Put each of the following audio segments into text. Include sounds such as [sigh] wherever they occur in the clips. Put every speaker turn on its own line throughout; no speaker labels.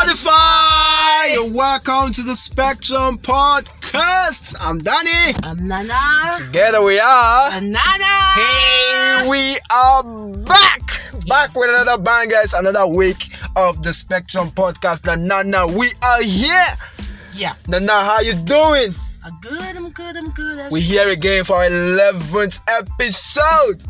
Spotify! You're welcome to the Spectrum Podcast. I'm Danny.
I'm Nana.
Together we are.
Nana.
Here we are back. Back with another bang, guys. Another week of the Spectrum Podcast. The Nana, we are here.
Yeah.
Nana, how you doing?
I'm good. I'm good. I'm good. That's-
We're here again for our 11th episode.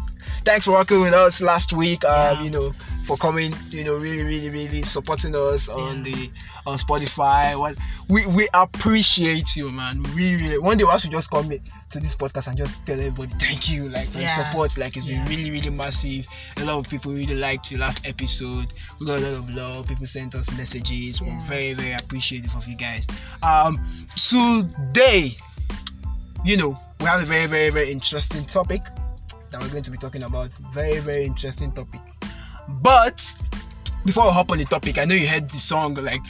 Thanks for working with us last week. Um,
Yeah.
You know, for coming. You know, really, really, really supporting us on
Yeah.
the on Spotify. What we we appreciate you, man. We Really, really. One day we have to just come in to this podcast and just tell everybody thank you, like for
Yeah.
the support. Like it's
Yeah.
been really, really massive. A lot of people really liked the last episode. We got a lot of love. People sent us messages.
Yeah.
We're very, very appreciative of you guys. Um, today you know, we have a very, very, very interesting topic that we're going to be talking about. Very, very interesting topic. But before we hop on the topic, I know you heard the song, like,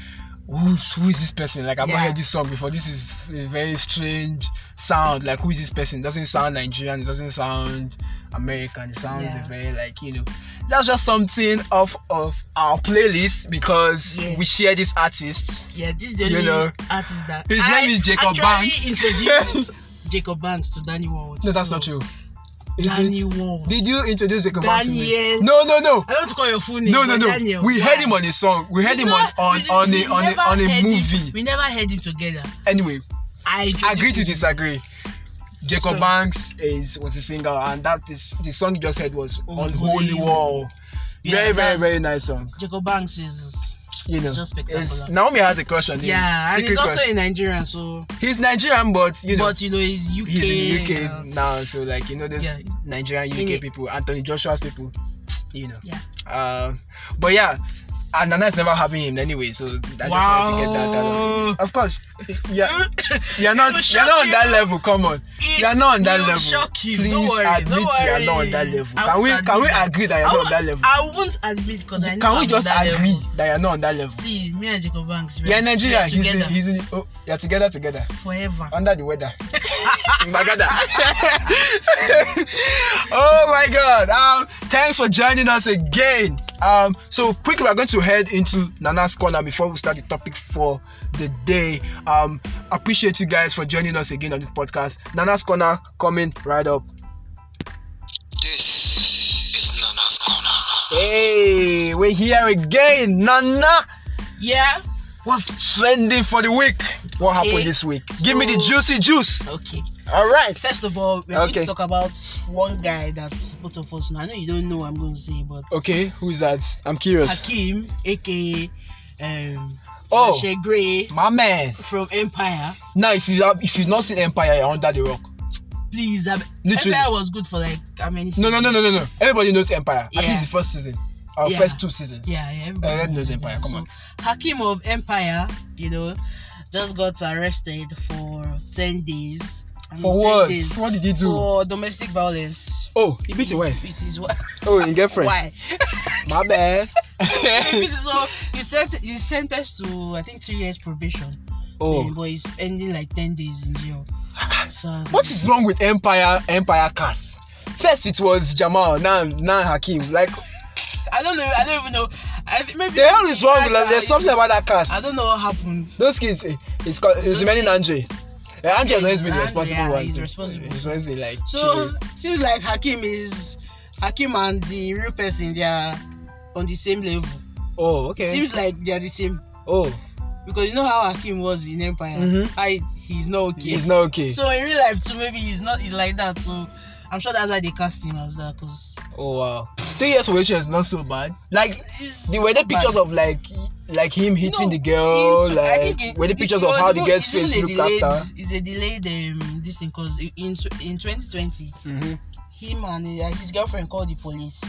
who's, who is this person? Like, I've not
Yeah.
heard this song before. This is a very strange sound. Like, who is this person? It doesn't sound Nigerian, it doesn't sound American, it sounds
Yeah.
very, like, you know. That's just something off of our playlist because
Yeah.
we share these artists.
yeah, this is the
You
only
know,
artist that
his
I
name is Jacob
actually
Banks. [laughs]
introduced Jacob Banks to Danny World.
No, that's
So,
not true. Is it-
Danny World.
Did you introduce the Banks to me?
Daniel.
No, no, no.
I don't want to call your full name.
No, no, no.
but Daniel.
We heard him
Why?
on a song. We heard him
No,
on on
we
on a
didn't-
on
we
a
never
on
heard
a
him-
movie.
We never heard him together.
Anyway,
I introduced
agree to
him.
disagree. Jacob
So-
Banks is was a singer, and that is the song you just heard was
Oh,
on
Holy
Holy Wall.
Yeah,
Very, very,
that's-
very nice song.
Jacob Banks is
You know,
Just
it's,
spectacular.
Naomi has a crush on him.
yeah, and
Secret
he's
crush.
also a Nigerian, so
he's Nigerian, but you know,
but you know he's UK.
he's in the UK
uh,
now, so like you know, there's
Yeah.
Nigerian
In
UK
it.
people, Anthony Joshua's people, you know.
Yeah.
Uh, but yeah, and Nana's never having him anyway, so I just wanted to get that out of
Wow.
Of course,
[laughs]
yeah, you're
It will
not, you're
shock
not on
you.
that level. Come on,
It
you're not on that
will
level.
Shock you.
Please
don't worry,
admit
don't worry.
you're not on that level.
I
Can we,
won't
can we
admit
agree that you're not
I
on
won't-
that level?
I won't admit because I know
Can
I'm
we
on
just
that
agree
level.
that you're not on that level?
See, me and Jacob Banks, we
You're
are- we are
Nigerian. He's in,
together
he's in, oh, you're together, together.
forever.
under
[laughs]
the weather. Magada. [laughs] oh my god. Um, thanks for joining us again. Um, so quickly we're going to head into Nana's corner before we start the topic for the day. Um, appreciate you guys for joining us again on this podcast. Nana's corner coming right up.
This is Nana's Corner.
Hey, we're here again. Nana,
Yeah.
what's trending for the week? What happened
Okay,
this week? Give me the
so-
juicy juice.
Okay.
All right.
First of all, we're
Okay.
going to talk about one guy that both of us know. I know you don't know what I'm going to say, but
Okay, who's that? I'm curious.
Hakim, aka um,
Oh.
Shay Gray
My man.
from Empire.
Now, if you have, if you've not seen Empire, you're under the rock.
Please, I,
Literally.
Empire was good for like how many?
No, no, no,
seasons?
no, no, no. Everybody knows Empire. At
Yeah.
least the first season, our
Yeah.
first two seasons.
Yeah, yeah.
Uh,
everybody
everybody knows Empire. Come
So,
on.
Hakim of Empire, you know, just got arrested for 10 days. I mean,
For
10
what?
days
What did he do?
For domestic violence.
oh, he beat a wife.
It is what?
Oh, in girlfriend.
Why? [laughs]
My bad.
It is so he's, sent, he's sentenced to, I think, three years probation.
oh,
Um, but he's spending like 10 days
[sighs]
in jail. So,
what is wrong with Empire? Empire cast. First, it was Jamal. Now, now Hakim. Like,
I don't know. I don't even know. I, think maybe
the hell is wrong? With, like, there's something about that
I
cast.
don't know what happened.
Those kids. eh, It's called. It's remaining Andre. Eh, Andre has always been the
Andre,
responsible
yeah,
one.
he's
too.
responsible.
He's always been like.
So
chilling.
seems like Hakim is Hakim and the real person. They are on the same level.
Oh, okay.
Seems like they are the same
oh,
because you know how Hakim was in Empire.
Mhm.
I, he's not okay.
he's not okay.
So in real life too, maybe he's not. He's like that. So I'm sure that's why they cast him as that because
Oh wow. Three years probation is not so bad. Like there were the pictures of like like him hitting the girl, oh, like were the pictures of how the girl's face looked
delayed,
after.
It's a delayed um, this thing because in in 2020,
Mm-hmm.
him and uh, his girlfriend called the police.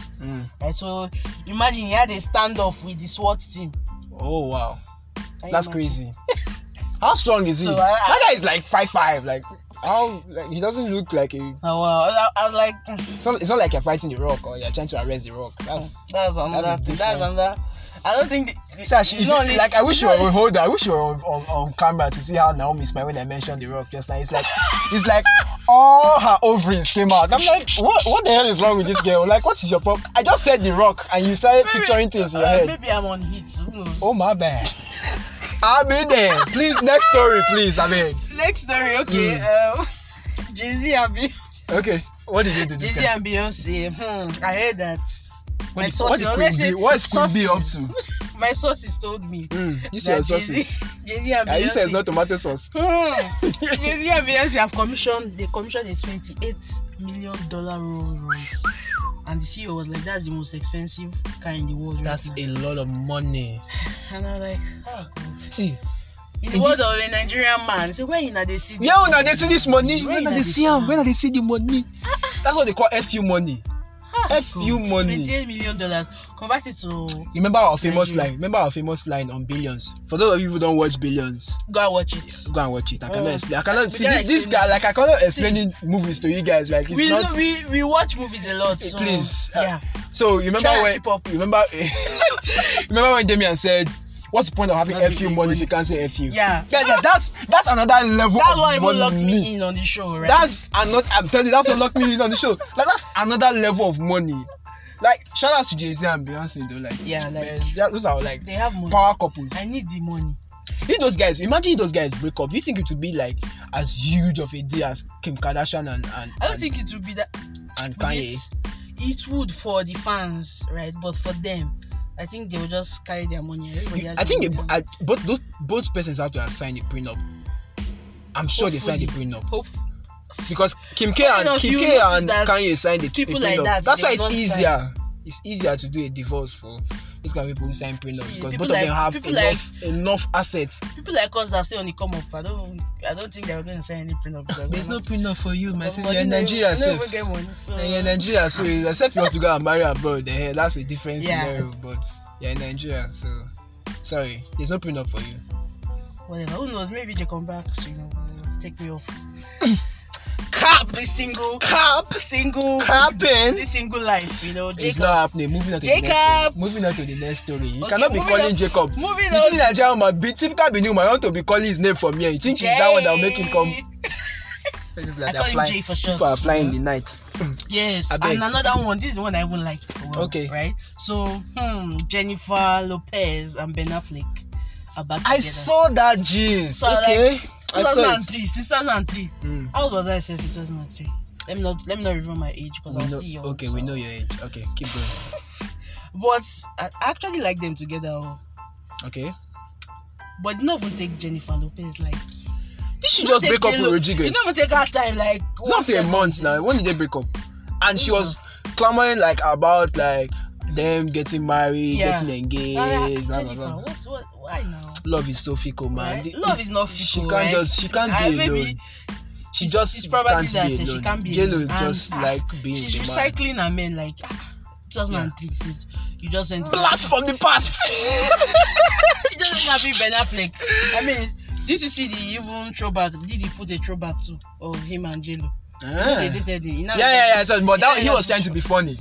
Right, so imagine he had a standoff with the SWAT team.
Oh wow.
Can you
That's
imagine?
crazy. [laughs] How strong is he?
So I-
that guy is like five five. Like how like, he doesn't look like a.
Oh wow! I, I was like, mm,
It's not, it's not like you're fighting the rock or you're trying to arrest the rock. That's.
that's another
that's a
thing. That's
different-
another. I don't think. The, the,
See, I should-
it's not
if-
only-
like I wish
it's
you
not
were
only-
on hold. I wish you were on, on, on camera to see how Naomi smiled when I mentioned the rock just now. It's like it's like all her ovaries came out. I'm like, what what the hell is wrong with this girl? Like, what is your problem? I just said the rock and you started
Maybe-
picturing things in your
uh,
head.
Maybe I'm on hits. Who knows?
Oh my bad. I'll be there. Please, next story, please. I mean,
Next story, okay.
Hmm.
Um, [laughs] Jay Z and Beyonce.
okay. What did they do
Jay
this
Z
time?
and Beyonce. Hmm, I heard that.
What
my
is- what
sources,
is
unless
Queen B?
it-
What is Queen B up
sources- [laughs]
to?
My sources told me.
Mm, you
that
say your
Jay-Z
sauces.
[laughs] Jay-Z and
Ah, you say it's
Beyonce-
not tomato sauce.
Hmm. [laughs] Jay-Z and Beyonce have commissioned they commissioned a 28 million dollar Rolls Royce. And the CEO was like, that's the most expensive car in the world. right
That's
now."
a lot of money.
And I'm like, oh god.
See,
In the
In
words of a Nigerian man, say when in they see this
yeah, when they see this money,
Where
when
na
they
they
see
see
am,
am? Ah,
when they see the money, that's what they call fu money. fu money.
28 ah, million dollars. Convert it to
Remember our famous
Nigeria.
line. Remember our famous line on Billions. For those of you who don't watch Billions,
go and watch it.
go and watch it. I cannot
Oh.
explain. I cannot
We
see this.
can't
This
explain
guy,
it.
like I cannot explaining movies to you guys. Like it's
We,
not.
we we watch movies a lot.
Eh,
So,
please, uh,
yeah.
so you remember
Try and
when?
keep up.
you Remember. [laughs] remember when Damian said, "What's the point of having
Having
fu
money.
money if you can't say fu?"
Yeah.
That- that- that's that's another level.
That's
of
what even locked
money.
me in on the show, right?
That's another. I'm telling you, that's what locked me in on the show. Like that's another level of money. Like shout out to Jay Z and Beyonce though. Like
Yeah, like-
man, that- those are like
they have money.
power couples.
I need the money.
If those guys, imagine if those guys break up, you think it would be like as huge of a deal as Kim Kardashian and and,
I don't
and,
think it would be that
and
But
Kanye.
It, it would for the fans, right? But for them, I think they will just carry their money. Everybody has
I think
their
it,
money.
I, both those, both persons have to have signed a prenup. I'm sure they signed a
Hopefully.
prenup
hope
because Kim K
Funny
and
enough,
Kim
you
K
notice
and
that
Kanye signed a, a
people
prenup.
like that,
That's
they
why it's
don't sign.
easier. It's easier to do a divorce for these kind of people who sign prenup
See,
because
people
both of
like-
them have
people
enough, enough assets.
people like us that stay on the come up. I don't, I don't think they're going to say any prenup. because
There's
they're
no
not-
prenup for you, my
because
sister.
money
You're in
no-
Nigeria,
no even
safe.
get money, so-
And you're in Nigeria, so it's- [laughs] except you want to go and marry abroad, eh, that's a different
Yeah.
scenario. But you're in Nigeria, so sorry, there's no prenup for
[laughs]
you.
Whatever. Who knows? Maybe they come back. So, you know, take me off. [clears throat] Cap this single,
Cap,
single,
capping.
this single life. You know,
It's
Jacob.
not happening. Moving on to the next
Jacob!
story. Moving on to the next story. You
Okay,
cannot be
moving
calling
on.
Jacob.
Moving
You see
on.
Nigerian man be typical Benin man, you want to be calling his name from here. You think he's that one that will make him come?
Jay.
People
I
are
call him Jay
flying,
for short.
people are flying in the night.
Yes,
Abeg.
and another one. This is the one I even like. Well,
Okay.
right. So, hmm, Jennifer Lopez and Ben Affleck are back
I
together.
saw that jeans.
So, like,
okay. I saw it.
2003, since 2003.
Mm.
How old was I self in 2003? Let me not let me not reveal my age because I
We
was
know-
still young.
okay,
so.
we know your age. Okay, keep going.
But I actually like them together. oh.
Okay.
But you not even take Jennifer Lopez like.
Did she
you
just
not
break
take
up with
J-Lo-
Rodriguez?
You not even take her time like.
It's not a month now. When did they break up? And she was
Mm-hmm.
clamoring like about like them getting married,
Yeah.
getting engaged,
Yeah,
blah, blah,
Ah, Jennifer,
blah.
what, what, why now?
Love is so fickle, man.
Right?
The-
Love is not fickle.
she can't
right?
just she can't
Ah,
be
maybe
alone. She
it's-
just
it's probably
can't
that,
be
eh, she
alone.
can't be
J-Lo
alone.
just
And, ah,
like being
She's
a man.
recycling her men like ah, 2003 since you just went.
[laughs] blast from the
[laughs]
past.
It doesn't have to be Ben Affleck. I mean, did you see the even throwback? Did he put a throwback too of him and Jello? They
yeah,
dated in.
Eh. yeah, yeah. So, but that he was trying to be funny.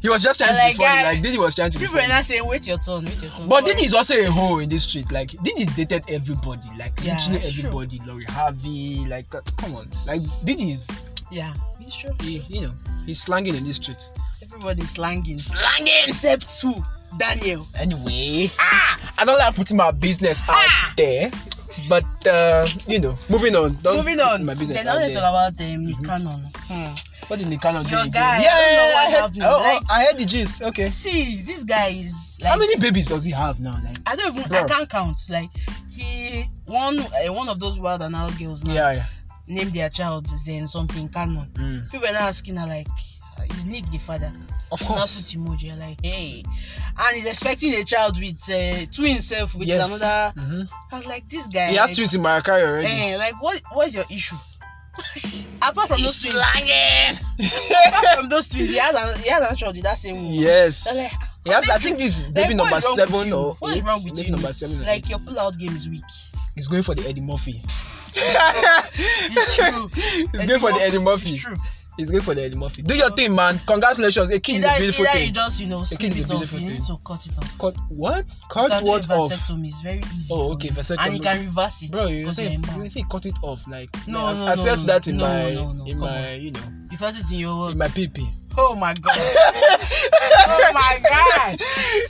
He was just trying to
Like,
be funny.
guy-
Like Diddy was trying to be
People are
funny.
not saying, wait your turn, wait your turn.
But Diddy is also a hoe in this street. Like Diddy dated everybody. Like
Yeah,
literally
it's true.
everybody. Lori Harvey. Like uh, come on. Like Diddy is
Yeah, it's true.
he, you know he's slanging in these streets.
Everybody's slanging.
Slanging.
Except two, Daniel.
Anyway, ah, I don't like putting my business
Ah!
out there. But uh, you know, moving on. Don't
Moving
put
on.
My business
Then
out
now
there. Mm-hmm.
they talk about them, canon. Hmm.
What did Nikan do?
Your
again?
guy, I
Yeah,
don't know
I
what
heard,
happened,
oh, oh,
like-
I heard the gist. Okay.
See, this guy is like
How many babies does he have now? Like.
I don't even
Bruh.
I can't count. Like he one uh, one of those wild and out girls now
Yeah, yeah.
named their child Zen something canon.
Mm.
People are now asking her like uh, is Nick the father?
Of
Now put
course.
emoji you're like hey, and he's expecting a child with uh, twin self with
Yes.
another.
hmm
I was like this guy.
He has
like,
twins in Maracay already.
eh, like what what's your issue? [laughs] apart from those twins,
slanging.
apart from those twins, he has an, he has an child with that same woman.
yes.
They're Like, ah,
He has, I think he's baby
like, what
number
is wrong with
seven
you?
or
What is
eight.
wrong with
Baby
you?
number seven. or
like
eight.
your pull-out game is weak.
he's going for the Eddie Murphy. [laughs]
It's true.
he's
Eddie
going for the
Murphy,
Eddie Murphy.
It's true.
He's going for the Eddie Murphy. Do your thing, man. Congratulations. A kid is a
Either,
beautiful
either you
thing.
just you know
kid
snip
is a
it off,
beautiful
you need
thing.
to cut it off.
Cut what?
You
Cut
can do
what off?
vasectomy, It's very easy.
Oh,
for
okay,
you. And you
vasectomy.
can reverse it.
Bro, you
because
say
you're a
you
man.
say cut it off. Like
No,
I,
no,
I
no,
felt
no,
that in
no,
my
no, no,
in
come
my you know
You felt it in your
in
words.
my PP. [laughs]
Oh my god. oh my god.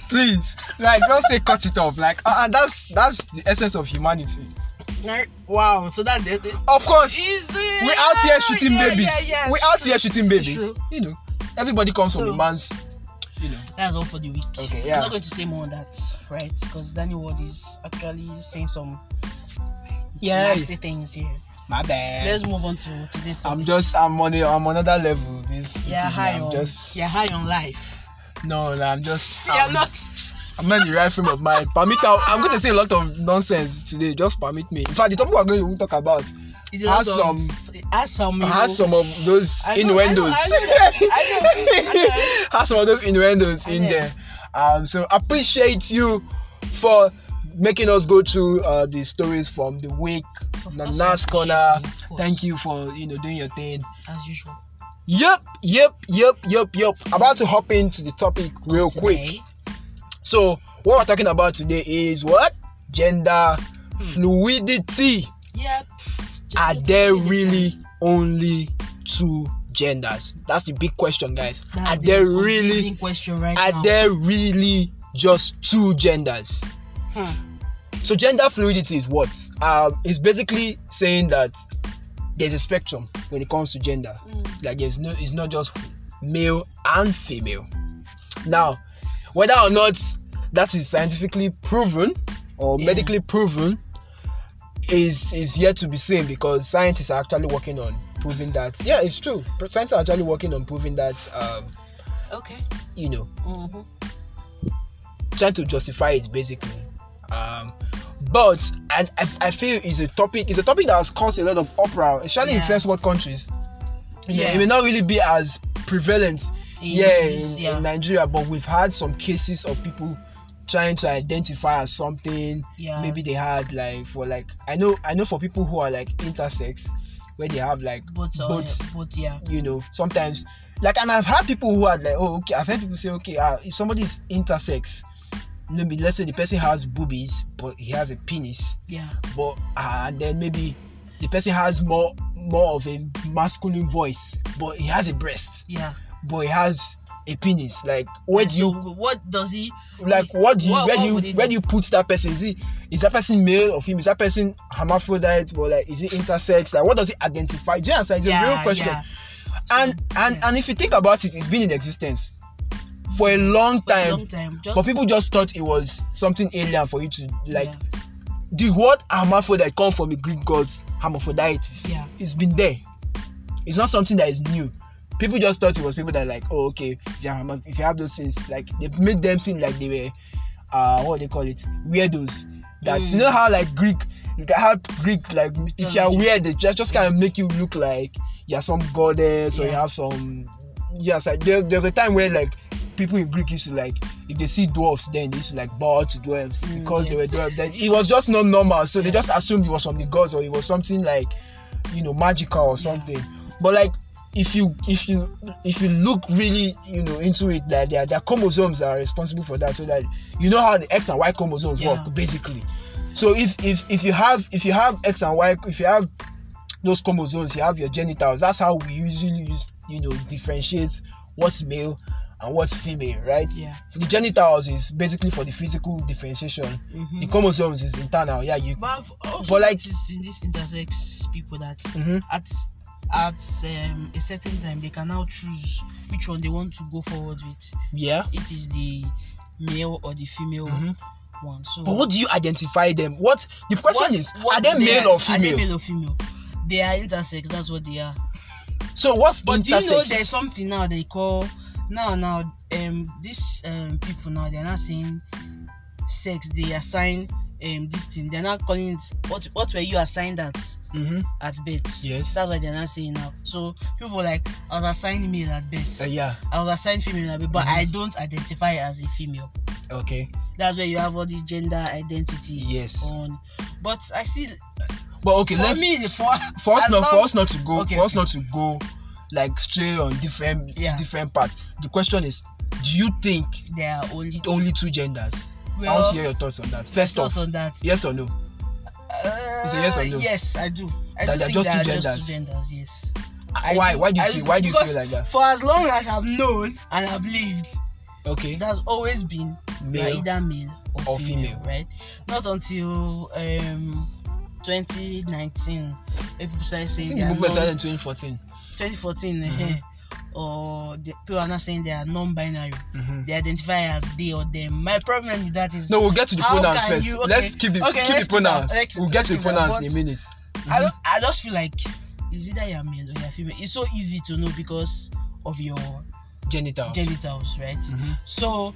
Please like don't say cut it off. Like uh, uh, that's that's the essence of humanity.
Like, Wow, so that's the the-
Of course,
easy.
we out here shooting
Yeah, yeah,
babies.
yeah,
we
true.
out here shooting babies.
True.
You know, everybody comes from
So-
a man's. You know.
That's all for the week.
Okay,
I'm
yeah.
not going to say more on that, right? Because Danny Ward is actually saying some
Yeah.
nasty things here.
My bad.
Let's move on to today's topic.
I'm just I'm on a, I'm on another level. This this
yeah,
evening.
high
I'm
on
just
yeah, high on life.
no, no, I'm just
yeah,
I'm,
not.
I'm not in the right frame of mind. Permit I- I'm going to say a lot of nonsense today. Just permit me. In fact, the topic we're going to even talk about
It's a lot
has
of-
some
Has some. you
has
know,
some of those
I know, I know,
innuendos.
I
[laughs]
know, I
Has some of those innuendos
I
in
know.
there. Um, so appreciate you for making us go through uh, the stories from the week,
Of course, I
Nana's
appreciate
corner.
you, of course.
Thank you for you know doing your thing.
As usual.
Yep, yep, yep, yep, yep. About to hop into the topic real quick.
Today,
So, what we're talking about today is what? Gender
Hmm.
fluidity.
Yep.
Are there really only two genders? That's the big question, guys.
That's
are
the
there
most
really
confusing question right now.
are there really just two genders?
Hmm.
So gender fluidity is what? Um, it's basically saying that there's a spectrum when it comes to gender.
Mm.
Like there's no, it's not just male and female. Now, whether or not that is scientifically proven or
Yeah.
medically proven is is yet to be seen because scientists are actually working on proving that. Yeah, it's true. Scientists are actually working on proving that. Um,
Okay.
you know,
Mm-hmm.
trying to justify it basically. Um, but and I, I feel it's a topic it's a topic that has caused a lot of uproar, especially in
Yeah.
first world countries. Yeah.
Yeah.
it may not really be as prevalent yeah, in,
yeah.
in Nigeria, but we've had some cases of people trying to identify as something.
yeah.
Maybe they had like for like I know I know for people who are like intersex, where they have like
both are
both
both yeah.
you know sometimes like and i've had people who are like oh okay i've heard people say okay uh, if somebody is intersex maybe let's say the person has boobies but he has a penis
Yeah.
but uh, and then maybe the person has more more of a masculine voice but he has a breast
Yeah.
but he has a penis like where do
So
you
what does he
like what do you
What-
where
what
do
would
you
it
where
do?
do you put that person is he is that person male or female is that person hermaphrodite or like is he intersex like what does he identify do you understand it's
yeah,
a real question
Yeah.
and and
Yeah.
and if you think about it it's been in existence for a long
For a
time
long time. Just
but people just thought it was something alien for you to like
yeah.
the word hermaphrodite come from the greek gods hermaphrodite
Yeah.
it's been there it's not something that is new people just thought it was people that like oh okay if you have, hermaph- if you have those things like they made them seem like they were uh what they call it weirdos that you
Mm.
know how like greek how greek like if you are
Mythology.
weird they just, just kind of make you look like you are some goddess or you
Yeah.
have some yes like, there, there's a time where like people in greek used to like if they see dwarfs then they used to like bow to dwarfs
Mm,
because they were
yes.
dwarfs then it was just not normal so they
Yeah.
just assumed it was from the gods or it was something like you know magical or something but like if you if you if you look really you know into it that their, their chromosomes are responsible for that so that you know how the x and y chromosomes
Yeah.
work basically so if if if you have if you have x and y if you have those chromosomes you have your genitals that's how we usually use you know differentiate what's male and what's female right
Yeah.
the genitals is basically for the physical differentiation the
Mm-hmm.
chromosomes is internal yeah you
But I've also
But like-
noticed in these intersex people that
Mhm.
at at um, a certain time they can now choose which one they want to go forward with.
yeah
If it's the male or the female
Mhm.
one. So
but what do you identify them what the question
what-
is
what
are they male or female
Are they male or female? They are intersex. That's what they are.
so what's
But do
intersex
you know there's something now they call now now um these um people now they're not saying sex. They assign um this thing. They're not calling it what what were you assigned at
Mhm.
at birth?
Yes.
That's what they're not saying now. So people were like I was assigned male at birth.
Uh, yeah
I was assigned female at birth, but
Mm-hmm.
I don't identify as a female.
okay
That's where you have all this gender identity.
Yes.
On, but I see.
but okay
for
let's
me, the for, [laughs]
for us
as
not for
long-
us not to go
Okay,
for us not to go like stray on different
Yeah.
different parts the question is do you think
there are only two.
only two genders i
Well,
want to hear your thoughts on that first
thoughts
off
on that.
yes or no
Uh,
Is it yes or no?
Yes, I do. I
That
do
they're
think
just
there
two
are
genders?
just two genders. Yes. I
why why do you
I
feel why do you
because
feel like that
For as long as I've known and I've lived,
okay
it has always been you are
male
either male or,
or
female,
female.
right? Not until um 2019 when people started
I
saying
think
they
the
are
movement
non-
started in 2014.
2014
Mhm.
eh, or the people are not saying they are non-binary.
Mhm.
They identify as they or them. My problem with that is
No, we'll get to the
How
pronouns
can
first.
you- okay.
Let's keep the
Okay,
keep the
let's keep that.
pronouns.
Let's-
we'll get to the
let's keep that.
pronouns in a
But-
minute.
I
Mhm.
don't, I just feel like it's either you're male or you're female. It's so easy to know because of your
Mm-hmm. Genital.
genitals, right?
Mhm.
So,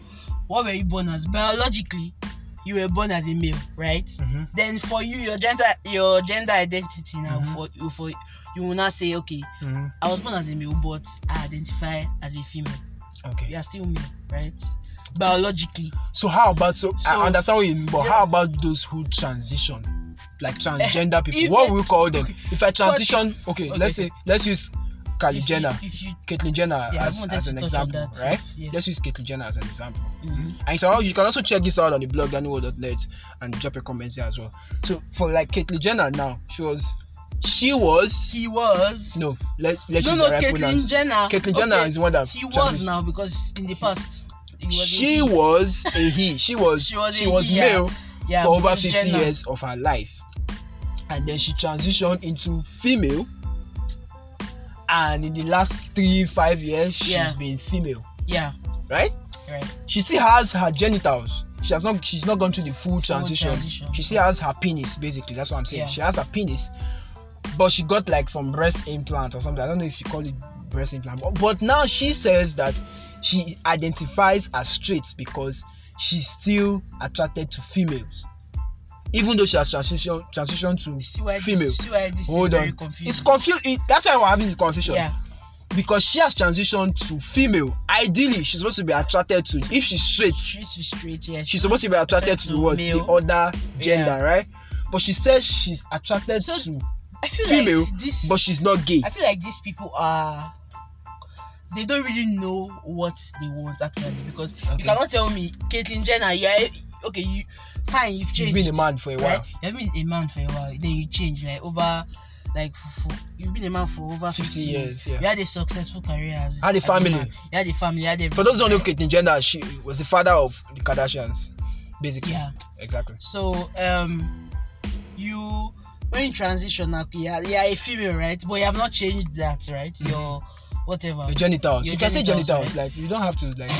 what were you born as? Biologically, you were born as a male, right?
Mhm.
Then for you, your gender, your gender identity now
Mhm.
for you for you will not say, okay,
Mhm.
I was born as a male, but I identify as a female.
Okay.
You are still male, right? Biologically,
So how about so,
So-
I understand what you mean, but
Yeah.
how about those who transition, like transgender people?
[laughs] if
what
it-
will we call them? If I transition, okay,
okay,
let's say let's use Kylie
if
Jenner,
you, if you
Caitlyn Jenner
yeah, I
as,
wanted
as
to
an
touch on
example,
that,
right? Mm-hmm.
Yeah.
Let's use Caitlyn Jenner as an example.
Mhm.
And so you can also check this out on the blog daniel.net and drop your comments there as well. So for like Caitlyn Jenner now, she was, she was
He was.
no, let's let's
no,
use
no,
the right
Caitlyn
pronouns.
Jenner.
Caitlyn Jenner
Okay.
is the one that
He was
transitioned.
now because in the past he was a
She
he.
was a he. She was
[laughs] She was a
she was
he, yeah.
male.
yeah,
for over
Bruce
50
Jenner.
years of her life. And then she transitioned into female. And in the last three, five years, she's
Yeah.
been female,
Yeah,
right?
right.
She still has her genitals. She has not she's not gone through the full transition.
transition.
She still has her penis, basically. That's what I'm saying.
Yeah.
She has her penis. But she got like some breast implant or something. I don't know if you call it breast implant. But, but now she says that she identifies as straight because she's still attracted to females. Even though she has transitioned transitioned to
See why
female.
This, see why this
Hold
is
on.
very confusing.
It's confused. It, that's why we're having this conversation.
Yeah,
Because she has transitioned to female. Ideally, she's supposed to be attracted to, if she's straight,
straight to straight. Yeah.
she's supposed to be attracted to
To
what the
male.
other gender
Yeah.
right but she says she's attracted
So-
to
I feel
female,
like this.
but she's not gay
I feel like these people are. They don't really know what they want actually because
Okay.
you cannot tell me Caitlyn Jenner. Yeah, okay, you fine. You've
you've
changed.
been a man for a
right?
while
You have been a man for a while. Then you change like over. Like for, for, you've been a man for over 50,
50 years yeah
You had a successful career. As,
Had a
as
family.
man. You had a family. You had everything.
for those who don't know Caitlyn Jenner she was the father of the Kardashians basically
Yeah.
exactly
So um, you when you transition now, you are, you are a female, right? But you have not changed that, right? Your whatever.
Mm-hmm. your genitals
Your
you can say
genitals,
genitals like you don't have to like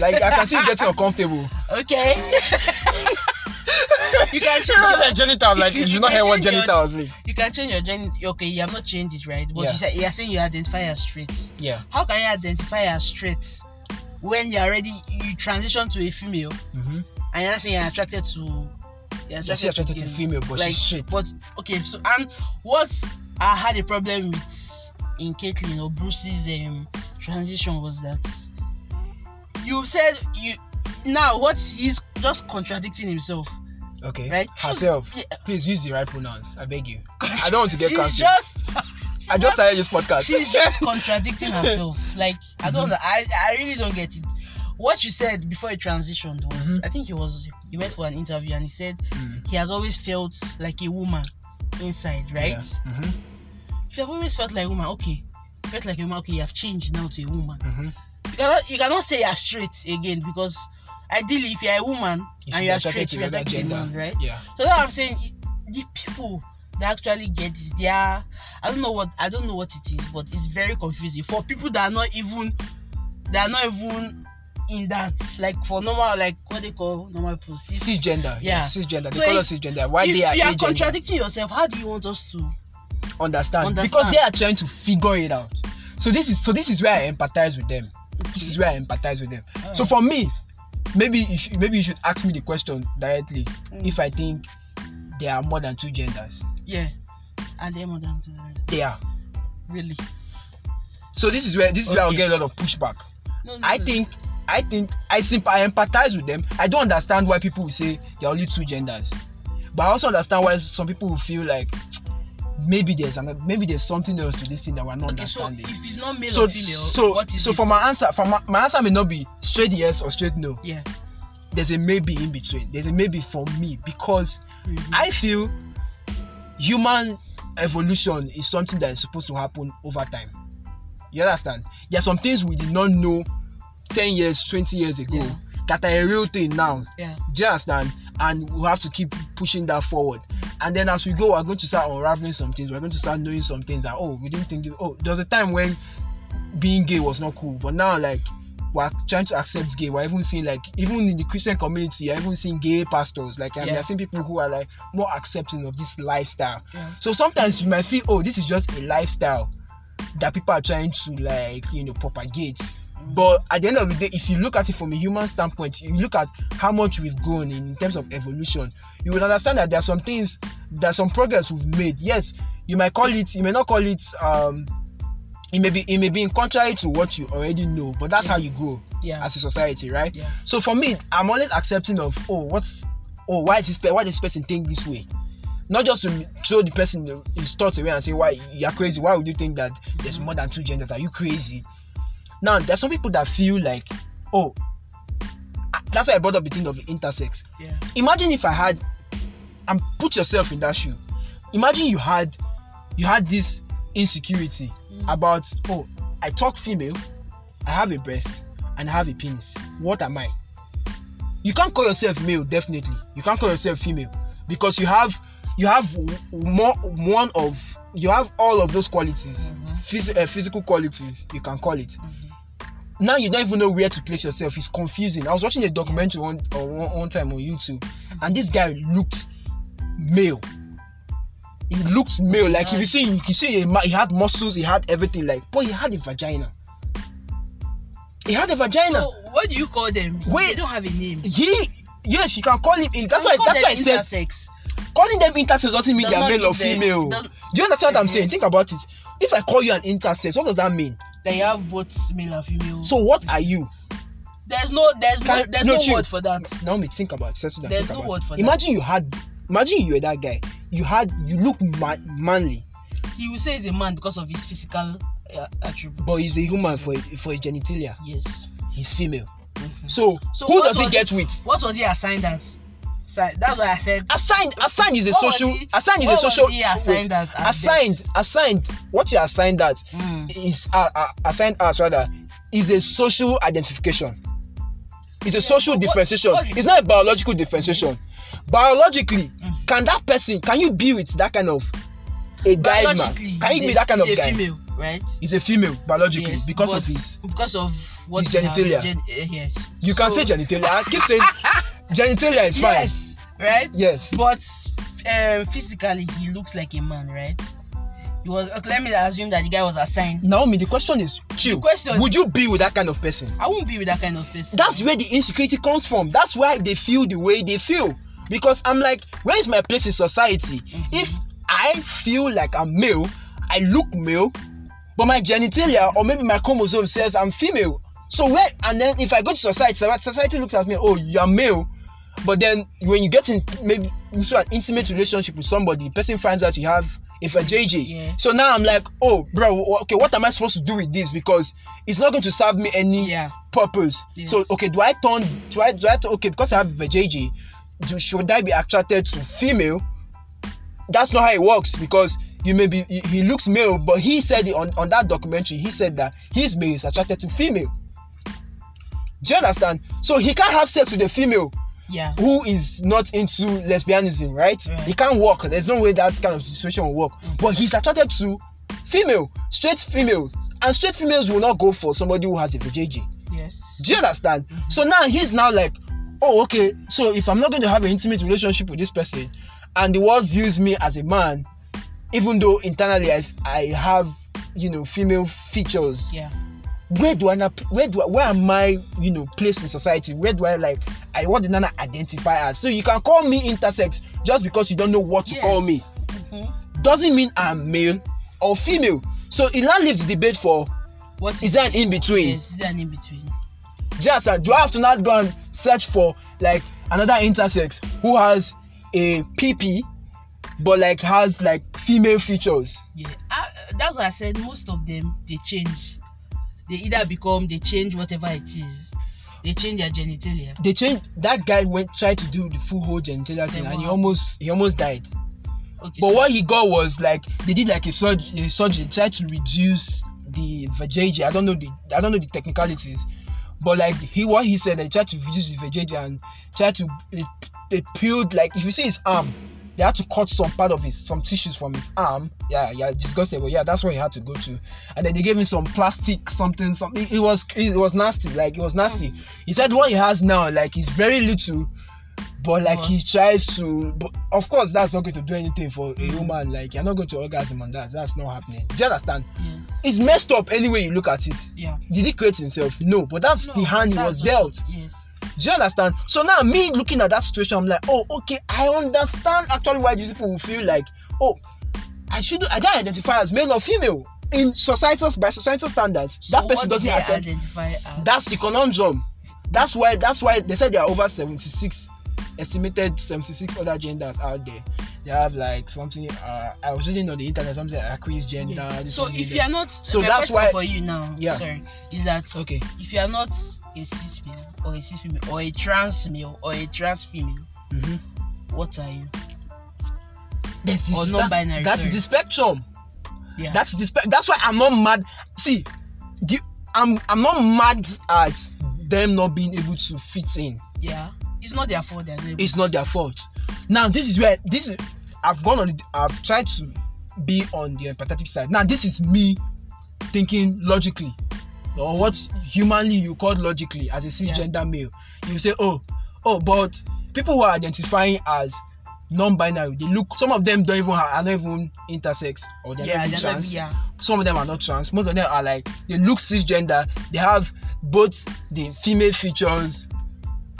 like I can see you getting uncomfortable
Okay.
[laughs]
you can change. Your,
like genitals like you,
You
not
can
hear what
change your-
genitals mean
you can change your gen. Okay, you have not changed it, right? But
Yeah.
you say you are saying you identify as straight.
yeah
How can you identify as straight when you are already you transition to a female
mm-hmm.
and you're not saying you're attracted to you're attracted,
she's attracted to
gay.
female but
like,
she's straight
But okay, so and what I had a problem with in Caitlyn or Bruce's um, transition was that you said you now what he's just contradicting himself.
okay
right.
herself
Yeah.
please use the right pronouns I beg you [laughs] I don't want to get
she's
cancelled
just
I just started this podcast [laughs]
she's just contradicting herself. Like I
Mm-hmm.
don't know, I I really don't get it. What you said before he transitioned
Mm-hmm.
was I think he was he went for an interview and he said
Mm.
he has always felt like a woman inside, right?
yeah. mm-hmm.
if you've always felt like a woman, okay, felt like a woman, okay, you have changed now to a woman.
Mhm.
You cannot you cannot say you're straight again because ideally if you're a woman
You should
and
be
you're
attracted
straight,
to
you're
the other
like a
gender.
man, right?
Yeah.
So that's what I'm saying. it- The people that actually get this, they are I don't know what I don't know what it is, but it's very confusing for people that are not even that are not even in that like for normal like what they call normal people. cis-
Cisgender. Yeah.
Yeah.
Cisgender. They
So
call
if-
us cisgender. Why
if
they are
you are
agender?
contradicting yourself, how do you want us to?
understand. Because
Understand.
they are trying to figure it out. So this is so this is where I empathize with them. This is where I empathize with them.
Oh.
So for me, maybe you should, maybe you should ask me the question directly
Mm.
if I think there are more than two genders.
yeah, and then more than
They are.
really.
So this is where this is where I'll
Okay.
get a lot of pushback.
No, no,
I
no.
think I think I simp- I empathize with them. I don't understand why people will say there are only two genders, but I also understand why some people will feel like maybe there's another, maybe there's something else to this thing that we're not
Okay, so
understanding.
if it's not male
So
or female,
so
what is
so
it?
for my answer, for my, my answer may not be straight yes or straight no.
yeah,
There's a maybe in between. There's a maybe for me because
Mhm.
I feel human evolution is something that is supposed to happen over time. You understand? There are some things we did not know 10 years, 20 years ago
Yeah.
that are a real thing now.
Yeah.
Do you understand? And we have to keep pushing that forward. And then as we go, we're going to start unraveling some things. We're going to start knowing some things that oh, we didn't think. it- Oh, there was a time when being gay was not cool, but now like we're trying to accept gay. We're even seeing like even in the Christian community, I've even seen gay pastors. Like and
Yeah.
are seeing people who are like more accepting of this lifestyle.
Yeah.
So sometimes you might feel oh, this is just a lifestyle that people are trying to like you know propagate but at the end of the day if you look at it from a human standpoint you look at how much we've grown in terms of evolution you will understand that there are some things there are some progress we've made yes you might call it you may not call it um it may be it may be in contrary to what you already know but that's how you grow
yeah.
as a society right
Yeah.
so for me i'm always accepting of oh what's oh why is this pe- why this person think this way not just to throw the person his thoughts away and say why you're crazy why would you think that there's more than two genders are you crazy now there's some people that feel like oh I- that's why i brought up the thing of intersex
Yeah.
imagine if i had and put yourself in that shoe imagine you had you had this insecurity about oh i talk female i have a breast and i have a penis what am i you can't call yourself male definitely you can't call yourself female because you have you have w- more one of you have all of those qualities phys- uh, physical qualities you can call it now you don't even know where to place yourself it's confusing i was watching a documentary one, uh, one, one time on youtube and this guy looked male he looked male like if you see you can see a ma- he had muscles he had everything like but he had a vagina he had a vagina
So what do you call them? They
Wait.
don't have a name.
he yes you can call him in that's why
Can we call
that's
them
why i said
intersex.
calling them intersex doesn't mean
Does
they're
not
male or
give them-
female
does-
do you understand what i'm
Mhm.
saying think about it if i call you an intersex what does that mean
They have both male and female.
so what are you
there's no there's no
Can-
there's
no,
no,
chill.
word for that.
Naomi, think about it. Settle down.
There's
think
no
about
word
it.
for that.
Imagine you had, imagine you were that guy. You had, you look ma- manly,
He will say he's a man because of his physical uh, attributes.
but he's a human for a, for a genitalia.
yes.
He's female.
Mhm.
So,
So
who
what
does he
was
get with?
What was he assigned as? So that's why I said
Assigned, assigned is a
What was
social.
he-
Assigned is a
what was
social.
he assigned
wait.
as at
assigned,
birth?
assigned. What you assigned that
Mm.
is uh, uh, assigned as rather is a social identification. It's a social
but what-
differentiation.
what is-
it's not a biological differentiation. Biologically,
Mm.
can that person can you be with that kind of a guy man?
biologically,
Can you be
he's
with
a-
that kind of
he's a
guy?
female, right?
He's a femle biologically
Yes,
because
but
of his.
because of what
his
he have,
genitalia.
gen- eh, yes.
You can
So-
say genitalia. I keep
[laughs]
saying genitalia is fine.
Yes, right?
Yes.
But um, physically, he looks like a man, right? He was. Okay, let me assume that the guy was assigned.
Naomi, the question is, chill.
question-
Would you be with that kind of person?
I won't be with that kind of person.
That's where the insecurity comes from. That's why they feel the way they feel. Because I'm like, where is my place in society?
Mm-hmm.
If I feel like I'm male, I look male, but my genitalia or maybe my chromosome says I'm female. So where and then if I go to society, so- society looks at me, oh, you're male. But then when you get in maybe into an intimate relationship with somebody, the person finds out you have if a JJ.
Yeah.
So now I'm like, oh, bro, wh- okay, what am I supposed to do with this? Because it's not going to serve me any
Yeah.
purpose.
Yes.
So okay, do I turn? Do I do I turn, okay because I have vajayjay? Do should I be attracted to female? That's not how it works because you may be he, he looks male, but he said it on on that documentary. He said that his male is attracted to female. Do you understand? So he can't have sex with a female
Yeah.
who is not into lesbianism, right?
Right.
He can't work. There's no way that kind of situation will work. But he's attracted to female, straight females, and straight females will not go for somebody who has a vajayjay.
Yes.
Do you understand? So now he's now like, oh, okay. So if I'm not going to have an intimate relationship with this person, and the world views me as a man, even though internally I, I have, you know, female features.
Yeah.
Where do I not? Where do I, where am I? You know, placed in society? Where do I like? I what did Nana identify as? So you can call me intersex just because you don't know what to call me.
Mhm.
Doesn't mean I'm male or female. So it now leaves the debate for
What
is there an in between?
Yes, is there an in between?
just and do I have to now go and search for like another intersex who has a PP but like has like female features?
Yeah. I, that's why I said most of them they change. They either become they change whatever it is. They change their genitalia.
They changed that guy went tried to do the full whole genitalia thing and he almost he almost died.
Okay.
But
so-
what he got was like they did like a surgery, a surgery tried to reduce the vajayjay. I don't know the I don't know the technicalities, But like he what he said, they tried to use the vegetative and tried to they, they peeled like if you see his arm, they had to cut some part of his some tissues from his arm. Yeah, yeah, disgusting. But yeah, that's where he had to go to. And then they gave him some plastic something, something. It was it was nasty. Like it was nasty. He said what he has now, like is very little. But like
Wow.
he tries to, but of course that's not going to do anything for
Mm-hmm.
a woman. Like you're not going to orgasm on that. That's not happening. Do you understand?
Yes.
It's messed up any way you look at it.
Yeah.
Did he create himself? No, but that's the
No,
hand he
that's
was
what-
dealt.
Yes.
Do you understand? So now me looking at that situation, I'm like, oh, okay, I understand actually why these people will feel like, oh, I should I don't identify as male or female in societal by societal standards. that person
what do
doesn't
they
attend.
identify as.
That's the conundrum. That's why that's why they said there are over 76 estimated 76 other genders out there. They have like something uh, I was reading on the internet something like aqueous gender.
Yeah.
this
So
one,
if
that.
you are not
So
my
that's
question
why-
for you now.
Yeah.
Sorry. Is that
okay,
if you are not a cis male or a cis female or a trans male or a trans female,
Mhm.
what are you?
this
Or
is
non-binary,
That's, that's
sorry.
the spectrum.
Yeah.
That's the spe- that's why I'm not mad. See, the, I'm I'm not mad at them not being able to fit in.
yeah. It's not their fault. They're not able-
It's not their fault. Now this is where this is, I've gone on. I've tried to be on the empathetic side. Now this is me thinking logically, or what humanly you call logically as a
Yeah.
cisgender male. You say, oh, oh, but people who are identifying as non-binary, they look. Some of them don't even have, are not even intersex or they're
yeah,
not even
they're not,
trans
yeah.
some of them are not trans most of them are like they look cisgender they have both the female features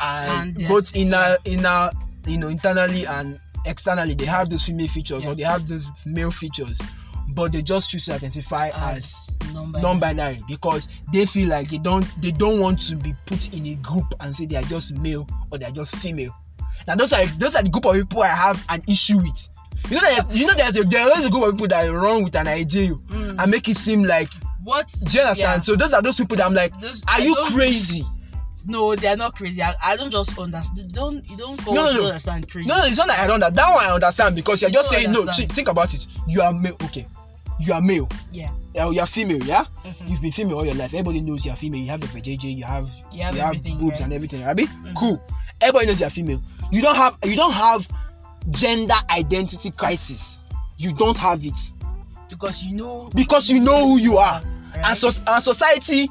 and,
And their
both
skin,
inner inner you know internally and externally they have those female features or
Yeah.
they have those male features but they just choose to identify
Ah,
as
As number.
non-binary because they feel like they don't they don't want to be put in a group and say they are just male or they are just female. Now those are those are the group of people I have an issue with. You know that you know there's a there's always a group of people that are wrong with an idea
Mm.
and make it seem like
What?
do you understand? So those are those people that I'm like,
Yeah. Those,
are
I
you
don't-
crazy?
No, they are not crazy. I, I don't just understand. Don't you don't call
No,
no,
no, no.
don't understand crazy.
No, no, it's not like I don't that. That one I understand because you're just
No, I
saying no.
understand.
thi- think about it. You are male, okay? You are male.
Yeah.
Yeah, You're female, yeah.
Mhm.
You've been female all your life. Everybody knows you're female. You have your vajayjay. You have
You have
you have
everything,
boobs
right? Mm-hmm.
and everything, Abi. Cool. Everybody knows you're female. You don't have you don't have gender identity crisis. You don't have it
because you know.
because you know who you are, and,
right?
so, and society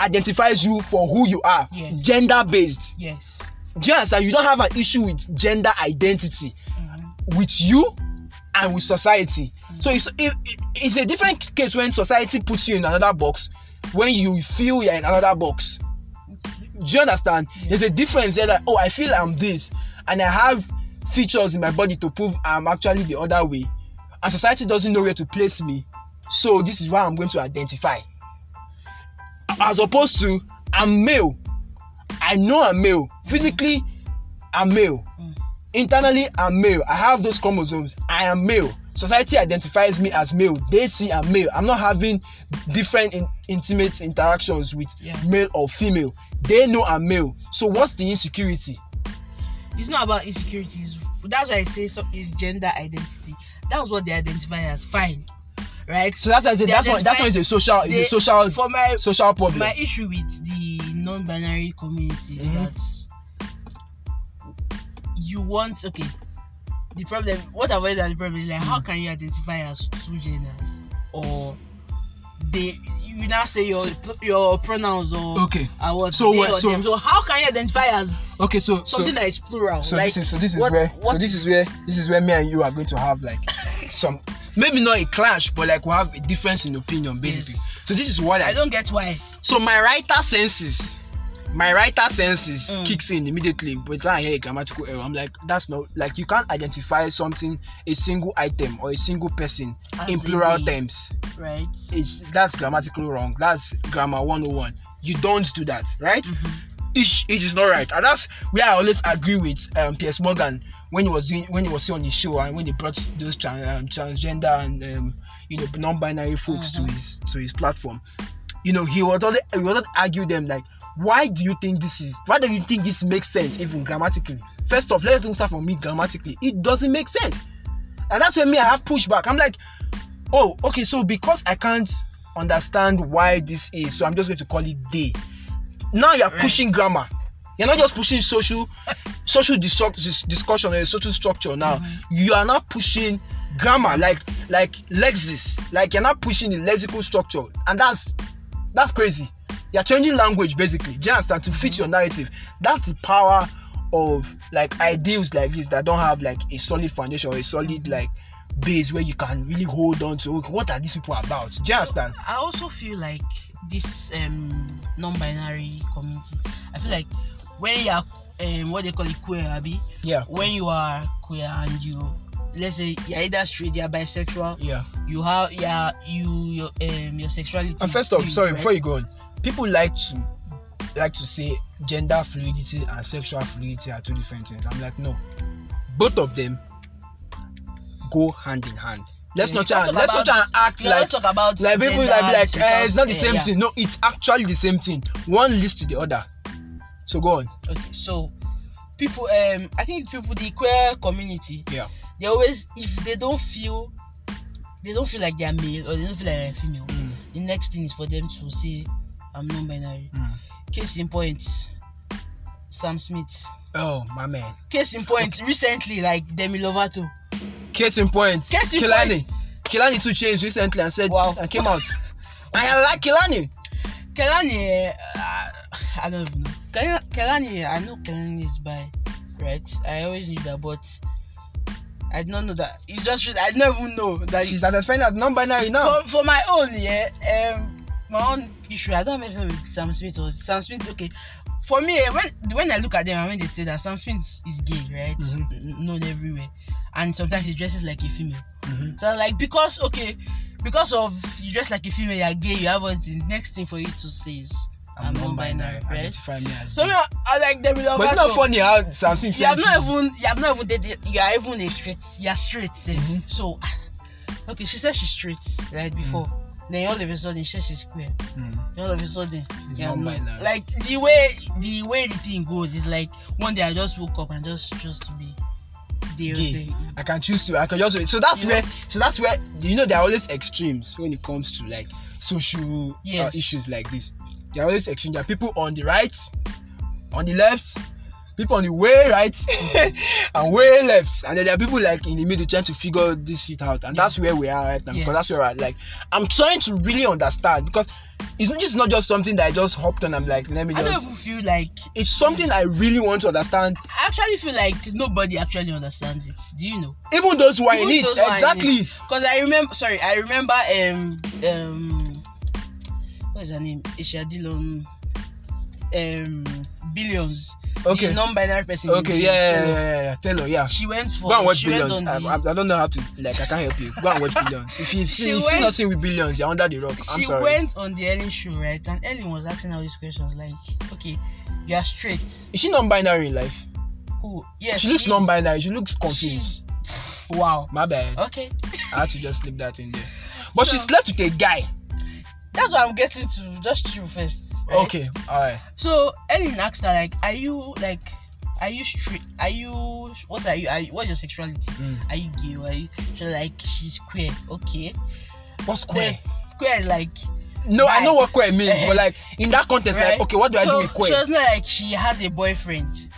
identifies you for who you are,
Yes.
gender based.
yes.
Do you understand? You don't have an issue with gender identity
Mhm.
with you and with society. So it's, it, it- it's a different case when society puts you in another box, when you feel you're in another box. Do you understand? There's a difference there that, oh, I feel I'm this, and I have features in my body to prove I'm actually the other way, and society doesn't know where to place me. So this is why I'm going to identify. As opposed to, I'm male. I know I'm male. Physically, I'm male
Hmm.
internally i'm male i have those chromosomes i am male society identifies me as male they see i'm male i'm not having different in, intimate interactions with
Yeah.
male or female they know i'm male so what's the insecurity
It's not about insecurities. That's why I say so. It's gender identity. That's what they identify as. Fine, right?
so that's why i say
They
that's why that's why it's a social
they-
it's a social
for my
social problem
my issue with the non-binary community is
Mhm.
that you want okay the problem what i've heard that the problem is like how
Mm.
can you identify as two genders or they you now say your your pronouns or
okay
uh, what
So
they
what-
or
so-
them. so how can you identify as
okay so so
something that is plural
so
like
this is so this is
what-
where so
what-
this is where this is where me and you are going to have
[laughs]
like some maybe not a clash but like we have a difference in opinion basically
Yes.
so this is what i
i don't get why
So my writer senses, my writer senses
Mm.
kicks in immediately when I hear a grammatical error. I'm like, that's not like you can't identify something, a single item or a single person
As
in
a
plural
they,
terms.
right
It's that's grammatically wrong. That's grammar 101. You don't do that, right?
Mhm.
Ish, it is not right. And that's where I always agree with um, Piers Morgan when he was doing when he was on his show and when he brought those tran um, transgender and um, you know non-binary folks
Mhm.
to his to his platform. You know, he would always, he would always argue them like, why do you think this is? Why do you think this makes sense even grammatically? First off, let us start from me grammatically. It doesn't make sense, and that's where me I have pushback. I'm like, oh, okay, so because I can't understand why this is, so I'm just going to call it they. now you're
Right.
pushing grammar. You're not just pushing social social destruct, dis- discussion or social structure now. You are not pushing grammar like like lexis. Like you're not pushing the lexical structure. And that's that's crazy. You're changing language basically. Do you understand? To fit your narrative. That's the power of like ideals like this that don't have like a solid foundation or a solid like base where you can really hold on to okay, what are these people about? Do you understand?
I also feel like this um, non-binary community. I feel like when you are um, what they call it queer, abi,
Yeah.
when you are queer and you let's say you're either straight, you're bisexual,
Yeah.
you have yeah, you your um your sexuality.
And
is
first off,
fluid,
sorry,
right?
before you go on, people like to like to say gender fluidity and sexual fluidity are two different things. I'm like, no. Both of them go hand in hand. Let's
Yeah,
not try
you can't
and, let's
talk
not try and
about-
act
you cannot
like
talk about
like people
gender,
like be like eh, it's not the
sexuality,
same
yeah.
thing. No, it's actually the same thing. One leads to the other. So go on.
Okay, so people um I think people the queer community
Yeah.
they always if they don't feel they don't feel like they are male or they don't feel like they are female
Mm.
the next thing is for them to say i'm non-binary
Mm.
case in point sam smith
Oh my man.
case in point recently like demi lovato
Case in point.
Case in
Kilani. Kilani too changed recently and said
Wow.
and came out. I like Kilani.
kelani uh, i don't even know Kel- kelani i know kelani is bi right i always knew that but i did not know that it's just i did not even know that
She's identifying as non-binary now.
for, for my own yeah um my own issue i don't have anything with sam smith or sam smith okay for me eh, when when i look at them and when they say that sam smith is gay right
Mhm.
N- known everywhere and sometimes he dresses like a female
Mhm.
so I'm like because okay because of you dress like a female you're gay you have all the next thing for you to say is i'm non-binary right
Identify me as
so
gay.
yeah i like them
But it's not funny how Sam Smith
you have
says
not
she's-
even you have not even dated you are even a straight you are straight sef
Mhm.
so ah, okay she said she's straight right before then all of a sudden she said she's queer
Mm.
then all of a sudden
It's
you are
not
not
binary.
like the way the way the thing goes is like one day i just woke up and just chose to be the
Gay.
the-
I can choose to. I can just. So that's
You
where. So that's where. You know, there are always extremes when it comes to like social
Yes.
uh, issues like this. There are always extremes. There are people on the right, on the left, people on the way
[laughs]
right, and way left, and then there are people like in the middle trying to figure this shit out. And that's where we are right now. Because that's
Yes.
where I like. I'm trying to really understand because it's not just not just something that I just hopped on. I'm like, let me
i don't
just.
even feel like
It's something I really want to understand.
i actually feel like nobody actually understands it do you know
even those who are in
Even
it
those who are in
exactly
Because I remember, sorry, I remember um um what is her name? Isha Dillon. Um, billions. the
okay
non-binary person. in
okay
Billions,
yeah yeah,
Taylor.
yeah yeah tell her yeah
She went for.
go and watch
Oh, she went
billions
on
I,
the-
I, I don't know how to like I can't help you go and
[laughs]
watch billions if you if,
She
you- if you're
went-
not seeing with billions you're under the rock I'm
she
sorry
went on the Ellen show, right? And Ellen was asking all these questions like, okay, you are straight.
is she non-binary in life
Who? Yes.
she looks
is-
non-binary she looks confused
She's, wow.
my bad
Okay.
I had to just slip that in there but she
So-
slept with a guy
That's what I'm getting to. Just chill first. right?
okay alright
So Ellen asked her like, "Are you like, are you straight? Are you what are you? Are you, what's your sexuality?
Mm.
Are you gay? Or Are you?" She was like, "She's queer, okay.
what's queer
Queer is like
no I know
right.
what queer means but like in that context like
Right.
okay what do I do
so
with
she
queer
was not like she has a boyfriend.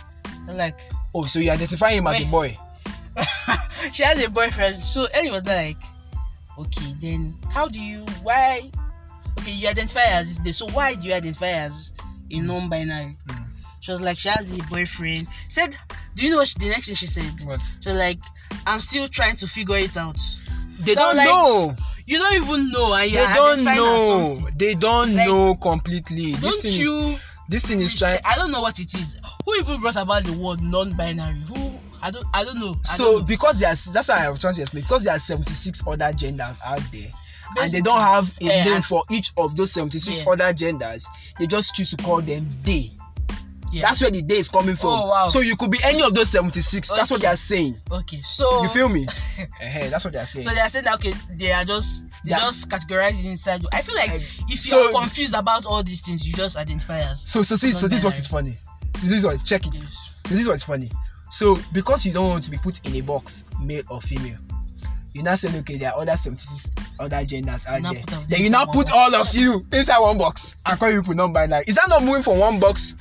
I'm Like
oh so you identify him as a
Wait.
boy
[laughs] she has a boyfriend. So Ellen was not like, okay, then how do you why? Okay, you identify as this. So why do you identify as
Hmm.
a non-binary?"
Mm.
She was like, she has a boyfriend. Said, do you know what she, the next thing she said?
what
So like, I'm still trying to figure it out.
they
So,
don't
like,
know
You don't even know, and
they
you're
don't
identifying as something.
know they don't
Like,
know completely this
Don't
thing is,
you?
this thing is trying
rese- I don't know what it is. Who even brought about the word non-binary? Who? I don't. I don't know. I
so
don't know.
because there are that's why i was trying to explain because there are 76 other genders out there and they
Basically,
don't have a
yeah,
name
and-
for each of those 76
Yeah.
other genders they just choose to call them they
Yeah.
that's where the day is coming from
Oh, wow.
so you could be any of those 76 that's what
Okay.
they are saying
okay. So
you feel
[laughs]
me Eh, that's what they are saying
So they are saying that okay, they are just they
Yeah.
just categorized inside. I feel like
Like,
if you
so-
are confused about all these things, you just identify as.
so so see so this was is funny so this was check it so this was funny so because you don't want to be put in a box male or female you now said okay there are other 76 other genders out
You now
there
put everything
then you now
in one
put
box.
all of you inside one box and call you people non-binary is that not moving from one box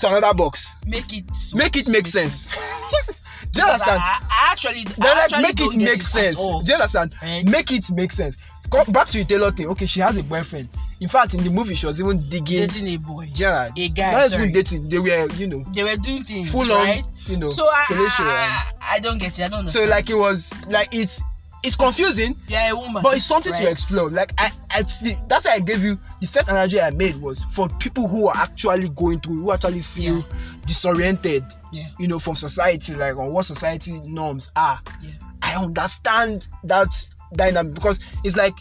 to another box
make it so-
make it make sense [laughs] do you
Because I,
understand
I actually,
Then
I
like
actually
make
don't
it
get
make
at
sense.
all.
Do you understand?
Right.
Make it make sense. Go back to the Taylor thing. Okay, she has a boyfriend. In fact, in the movie, she was even digging.
Dating a boy,
Gerard.
a guy,
Not
sorry.
even dating. They were, you know,
they were doing things
full
right.
on, you know,
so I,
fellatio and-
I, I, I don't get it. I don't
so
understand.
like it was like it's it's confusing,
you are a woman,
but it's something to
right?
explore. Like I, I see, that's why I gave you the first analogy I made was for people who are actually going through, who actually feel disoriented,
Yeah.
you know, from society, like on what society norms are.
Yeah.
I understand that dynamic because it's like,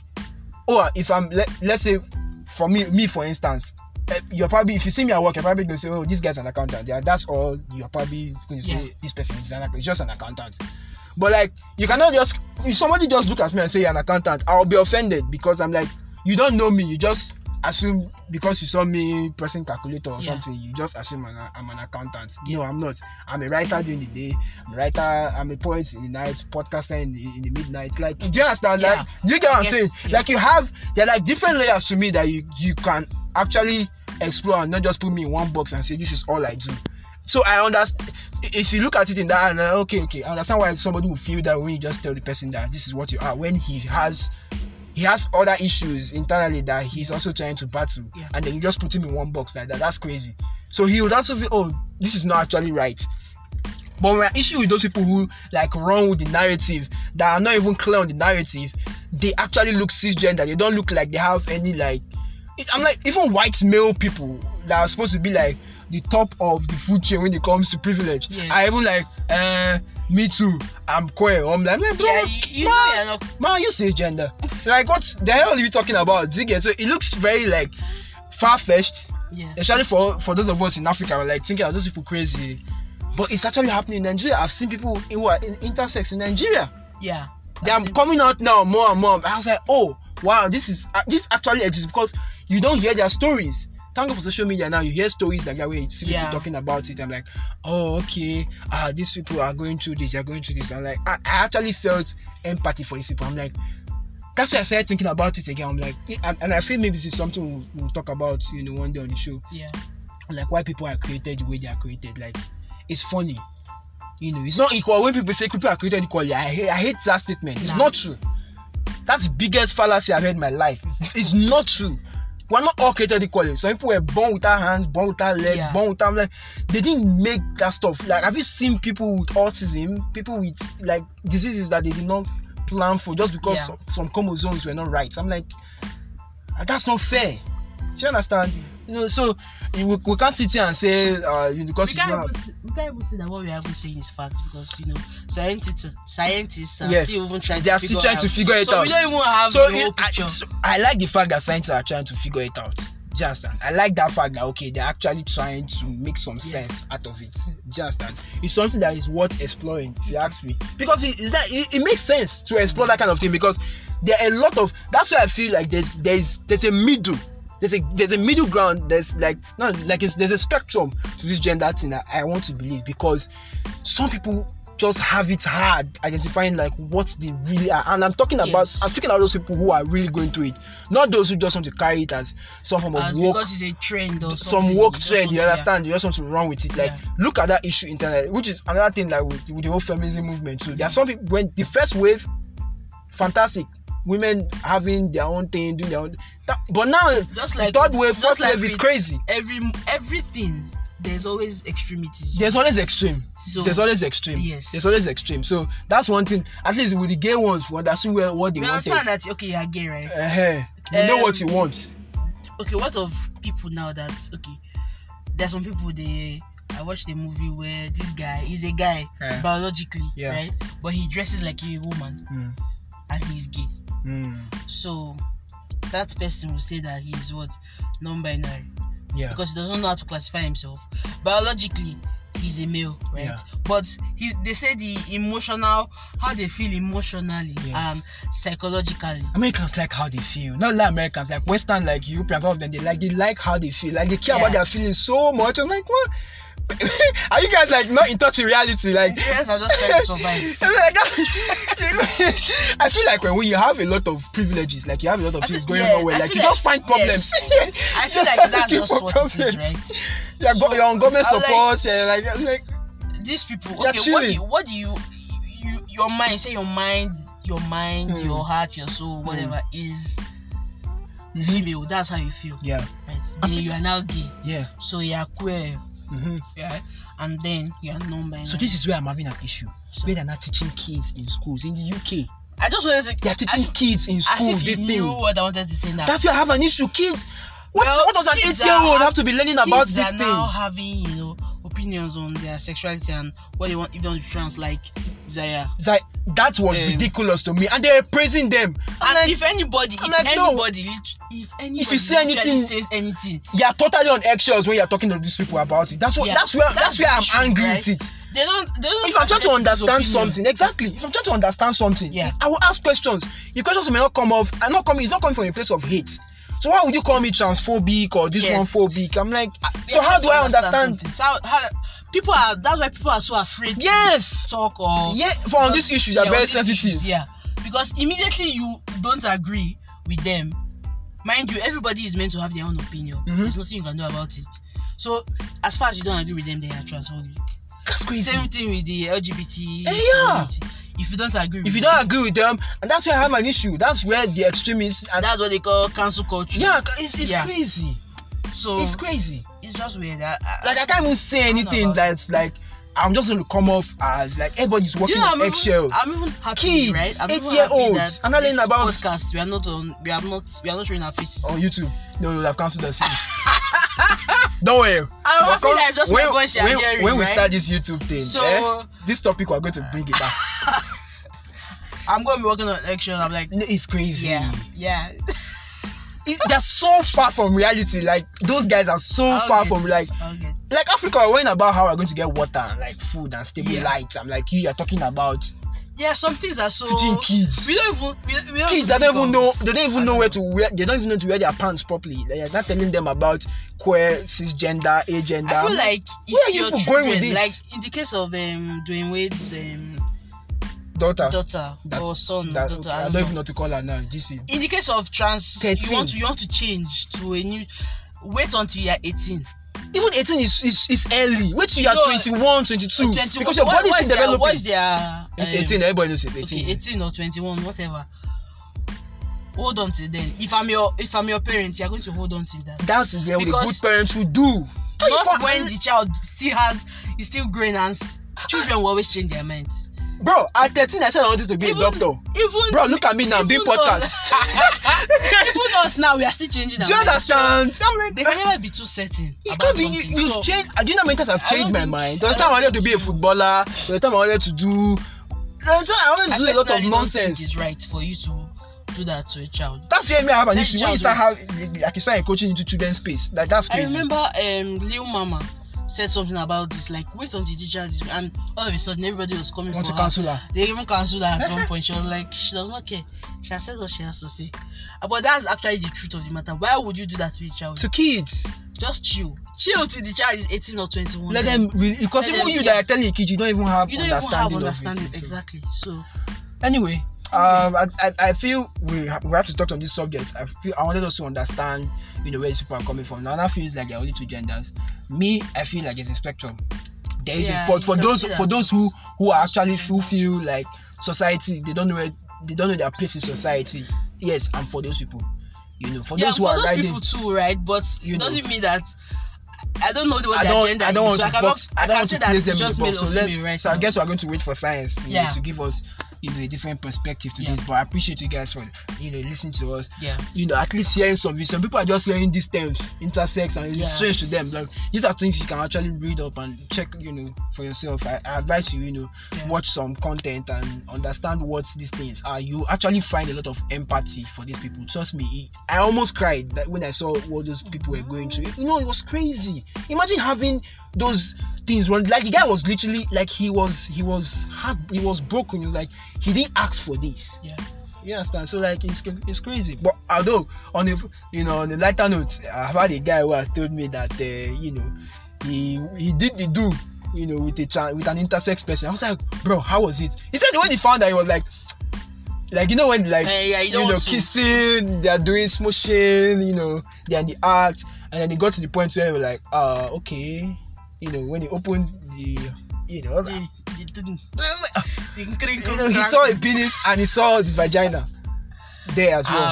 oh, if I'm let, let's say, for me, me for instance, eh, you're probably if you see me at work, you're probably gonna say, oh, this guy's an accountant. Yeah, that's all. You're probably gonna say
Yeah.
this person is an accountant. It's just an accountant. But like, you cannot just if somebody just look at me and say you're an accountant, I'll be offended because I'm like, you don't know me. You just assume because you saw me pressing calculator or
Yeah.
something, you just assume I'm, a, I'm an accountant. No, I'm not. I'm a writer during the day. I'm a writer. I'm a poet in the night. Podcaster in the, in the midnight. Like, do you understand?
Yeah.
Like, do you get what I'm
Yes,
saying?
yeah.
Like, you have there are like different layers to me that you you can actually explore and not just put me in one box and say this is all I do. So I understand. If you look at it in that, and uh, okay, okay, I understand why somebody will feel that when you just tell the person that this is what you are, when he has he has other issues internally that he's also trying to battle,
Yeah.
and then you just put him in one box like that. That's crazy. So he would also feel, oh, this is not actually right. But my issue with those people who like run with the narrative that are not even clear on the narrative, they actually look cisgender. They don't look like they have any like. It, I'm like even white male people that are supposed to be like the top of the food chain when it comes to privilege.
Yes.
I even like, uh, me too. I'm queer. I'm like, man,
Yeah,
bro,
you, you
man,
know you're not.
man, you cisgender. like what the hell are you talking about? Do you get? So it looks very like far fetched
Yeah.
especially for for those of us in Africa, we're like thinking are those people crazy, but it's actually happening in Nigeria. I've seen people who are in, intersex in Nigeria.
Yeah.
They are coming out now more and more. I was like, oh wow, this is uh, this actually exists because you don't hear their stories. Thank God for social media now. You hear stories like that where you see people
Yeah.
talking about it. I'm like, oh okay, ah these people are going through this. They're going through this. I'm like, I, I actually felt empathy for these people. I'm like. That's why I started thinking about it again. I'm like, and, and I feel maybe this is something we'll, we'll talk about, you know, one day on the show
Yeah.
like why people are created the way they are created. Like it's funny. You know, it's not equal. When people say people are created equally, I hate, I hate that statement. It's
Nah.
not true. That's the biggest fallacy I've heard in my
[laughs]
life. It's not true. We're not all created equally. Some people were born without hands, born without legs,
Yeah.
born without like they didn't make that stuff. Like, have you seen people with autism, people with like diseases that they did not plan for just because
Yeah.
some, some chromosomes were not right? I'm like, "Ah, that's not fair. Do you understand?
Mm.
You know, so you- we, we can't sit here and say uh, you know, because
We
it's
can't,
not-
even, say- we can't even say that what we are even saying is facts because you know scientists scientists are
Yes.
still even trying
they
to
are
figure
still trying
out.
to figure it
so
out.
we don't even have
so,
the whole
it- I,
picture.
so I like the fact that scientists are trying to figure it out. Just I like that fact that okay, they're actually trying to make some sense out of it. Just and it's something that is worth exploring, if you ask me, because it, it's that it, it makes sense to explore that kind of thing because there are a lot of. That's why I feel like there's there's there's a middle. There's a there's a middle ground. There's like no like it's, there's a spectrum to this gender thing. that I want to believe because some people just have it hard identifying like what they really are and i'm talking about
Yes.
i'm speaking about those people who are really going through it not those who just want to carry it as some form of
As
work
because it's a trend or
some
something,
work
you just
trend
want
you
to- yeah.
understand you just want to run with it like
Yeah.
look at that issue internet which is another thing like with, with the whole feminism movement too there are some people when the first wave fantastic women having their own thing doing their own that, but now
Just like
third wave
just
fourth
like
wave is
with
crazy
Every everything there's always extremities.
there's always extreme
So
there's always extreme
Yes.
there's always extreme so that's one thing at least with the gay ones we understand where, what they
we
wanted
understand that okay you are gay right?
uh-huh. you know
Um,
what you want
okay, what of people now that okay? There's some people they I watched a movie where this guy is a guy
Yeah.
biologically,
Yeah.
right? But he dresses like a woman
Mm.
and he's gay.
Mm.
So that person will say that he's what non-binary
yeah
because he doesn't know how to classify himself. Biologically, he's a male, right?
Yeah.
But he, they say the emotional, how they feel emotionally
Yes.
and psychologically.
Americans like how they feel. Not like Americans, like Western, like Europeans, all of them. They like they like how they feel. Like they care about
Yeah.
their feelings so much. I'm like, what? [laughs] Are you guys like not in touch with reality? Like, [laughs]
Nigerians are just trying to survive.
I feel like when, when you have a lot of privileges, like you have a lot of
I
things
feel-
going
yeah,
on, where
I
like you
feel
just
like-
find problems. [laughs]
I feel
Just
like that's
looking
just
for
what it
problems.
is, right?
You're, go-
So,
you're on government
I'm like-
support, yeah, like, I'm like
These people,
They're
okay, what do,
chilling.
you, what do you, you, your mind, say your mind, your mind,
Hmm. Hmm.
your heart, your soul, whatever is female. That's how you feel.
yeah,
Right? Then you are now gay,
yeah.
so you are queer,
mhm.
eh, yeah, and then you are non-binary.
So this is where I'm having an issue.
So-
Where they're not teaching kids in schools in the UK.
I just wanted to.
They're teaching
as,
kids in
as
school
if
this
you
thing.
knew what I wanted to say now.
That's where I have an issue. Kids, what,
Well,
what does an
kids
eight-year-old
are-
have to be learning about
kids
this
are
thing?
now having you know opinions on their sexuality and what they want if they want to trans like Zaya.
It's like, that was
Um,
ridiculous to me, and they're praising them.
And if anybody,
I'm
if
like, no.
anybody, lit- if anybody,
you say
literally
anything-
says anything,
You are totally on eggshells when you are talking to these people about it. That's what.
Yeah,
that's where. That's,
that's
where
the
I'm
issue,
angry
right?
with it.
they don't. They don't
If I'm trying to
accept people's
understand
opinion.
something, exactly. If I'm trying to understand something,
Yeah.
I will ask questions. Your questions may not come off. I'm not coming. It's not coming from a place of hate. So why would you call me transphobic or this
Yes.
one phobic? I'm like.
They
So how
have
do
to
I understand?
something. So how, how, people are. That's why people are so afraid. to
Yes.
Talk or
Yeah. For on these issues, you're
Yeah, on
very
these
sensitive.
issues, yeah, because immediately you don't agree with them. Mind you, everybody is meant to have their own opinion.
Mhm.
There's nothing you can do about it. So, as far as you don't agree with them, they are transphobic.
That's crazy.
Same thing with the LGBT.
Eh, yeah.
community. If you don't agree,
If
with
you
them,
don't agree with them, and that's where I have an issue. That's where the extremists and
that's what they call cancel culture.
yeah, it's, it's
Yeah.
crazy.
So
It's
it's,
crazy.
just weird. I, I,
like I can't even say
don't know
anything
about
that's like I'm just gonna come off as like everybody's
Do
working
you know,
on
I'm even,
eggshells.
I'm even happy,
Kids,
right? I'm even
eight-year-olds.
happy that
I'm not
this
learning about- Oh,
podcast. We are not on. We are not. We are not showing our faces.
On YouTube, no, no, I've cancelled us
[laughs]
since. Don't worry.
I'm happy
Because
that it's just my voice you are
when,
hearing,
when we
right?
start this YouTube thing,
So-
eh, this topic we're going to bring it
[laughs]
back.
I'm going to be working on election. I'm like,
No, it's crazy.
yeah, yeah.
It- they're so far from reality. Like those guys are so
I'll
far
get
from
this,
like
I'll get this.
like Africa. We're worrying about how we're going to get water and like food and stable
Yeah.
lights. I'm like you. You're talking about
Yeah, some things are so.
teaching kids.
We don't even. We, don't- we don't
kids i don't even
think of-
know they don't even
I
know
don't
where to wear they don't even know to wear their pants properly They are not telling them about queer cisgender agender
I feel like if
Where are you
your
people
children,
going with this?
like in the case of um Dwayne Wade's um
daughter
daughter
that-
or son,
that,
daughter,
i don't even know what to call her now gc
In the case of trans,
13.
you want to you want to change to a new. Wait until you're 18.
even 18 is is, is early wait till you're
No,
21 22
21
because your
what-
body is still
what is their- What
developing
is their?
it's
um,
18 everybody knows it's 18
okay, 18 or 21, whatever. Hold on till then. If I'm your if I'm your parent, you're going to hold on till that.
that's the way good
Because-
parents who do How you
Not
can't-
when the child still has is still growing and s- children will always change their minds.
bro at 13 i said i wanted to be a doctor
Even
bro look at me now i'm doing
even us-
[laughs] podcast
even us now, we are still changing our
do you
minds.
understand i'm like
They can never be too certain.
It
about
can't be, you,
something.
you've
So,
changed. I do not many times I've
I
changed
don't
my
think-
mind.
I
There's
don't
time I wanted to
think
be a
so.
footballer. There's time I wanted to do. There's time I wanted
I
to do a lot
personally
of
don't think
nonsense.
It's right for you to do that to a child.
That's where me I have an
Let
issue.
the
When you start
child
having, like you start coaching into children's space, like that's
I
crazy.
remember um Lil Mama said something about this, like wait until the child is and all of a sudden everybody was coming
You
for
want to
her.
cancel her?
They even cancelled her at one point. She was like, she does not care. She has said what she has to say. Uh, But that's actually the truth of the matter. Why would you do that to a child?
To kids,
Just chill. Chill till the child is 18 or 21.
let
Then
them really because
Let
even
them-
you that are telling your kids, you don't even have
You don't even
understanding.
have
of it,
understanding.
so.
exactly. So,
Anyway, um, I, I, I feel we ha- we have to touch on this subject. I feel I wanted us to understand, you know, where these people are coming from. Nana feels like there are only two genders. Me, I feel like it's a spectrum. There is
Yeah,
a fault
you
for
can
those
see that.
for those who who are actually who feel like society. They don't know where, they don't know their place in society. Yes, and for those people, you know, for
yeah,
those who
for
are
those
riding.
people too, right? But
You
it
know.
doesn't mean that. I don't know what
I
their
don't,
gender
I don't
is,
want
so I
to
cannot-
box. I
I
don't
can
want
say
to
that
place
it's
them in the
just
box. So
male or
let's.
female right
so I
now.
guess we're going to wait for science you know,
Yeah.
to give us, you know, a different perspective to
Yeah.
this. But I appreciate you guys for, you know, listening to us.
Yeah.
You know, at least hearing some. Some people are just hearing these terms, intersex, and
Yeah.
it's strange to them. Like these are things you can actually read up and check, you know, for yourself. I, I advise you, you know,
Yeah.
watch some content and understand what these things are. You actually find a lot of empathy for these people. Trust me, it- I almost cried that when I saw what those people were going through. You know, it was crazy. Imagine having those things run. Like the guy was literally like he was he was heart, he was broken. He was like he didn't ask for this.
Yeah.
You understand? So like it's it's crazy. But although on a you know on a lighter note, I've had a guy who has told me that uh, you know he he did the do, you know, with a tran with an intersex person. I was like, bro, how was it? He said when he found out, he was like, like you know when like
Eh, yeah, you
you
don't
know
want to-
kissing, they are doing smushing, you know, they are in the act, and then he got to the point where he was like, uh, okay, you know, when he opened the, you know, I was like,
The- the- the- the
you
crinkle
know, he
crack.
saw a penis and he saw the vagina there as well.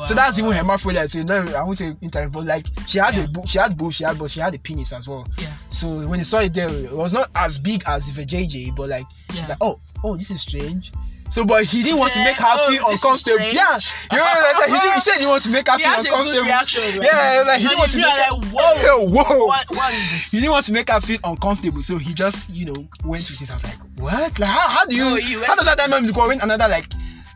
Ow,
So that's
ow,
even
ow.
hermaphrodite. So no, I won't say internet, but like she had
Yeah.
a bo- she had boobs, she had but she had a penis as well.
Yeah.
So when you saw it there, it was not as big as the JJ, but like,
Yeah.
like oh oh this is strange. So but he didn't want to
Yeah,
make her
oh,
feel
this is
uncomfortable.
strange.
Yeah, you know, like, he, didn't, he said he wants to make her
[laughs] he
feel
has a good
uncomfortable.
reaction. Right?
Yeah, like he didn't want to
be
make her,
like, whoa,
[laughs] Yeah, whoa.
what, what is this?
He didn't want to make her feel uncomfortable, so he just you know went with this. I was like, what? Like how, how do you?
No, he went-
how does that time when when another like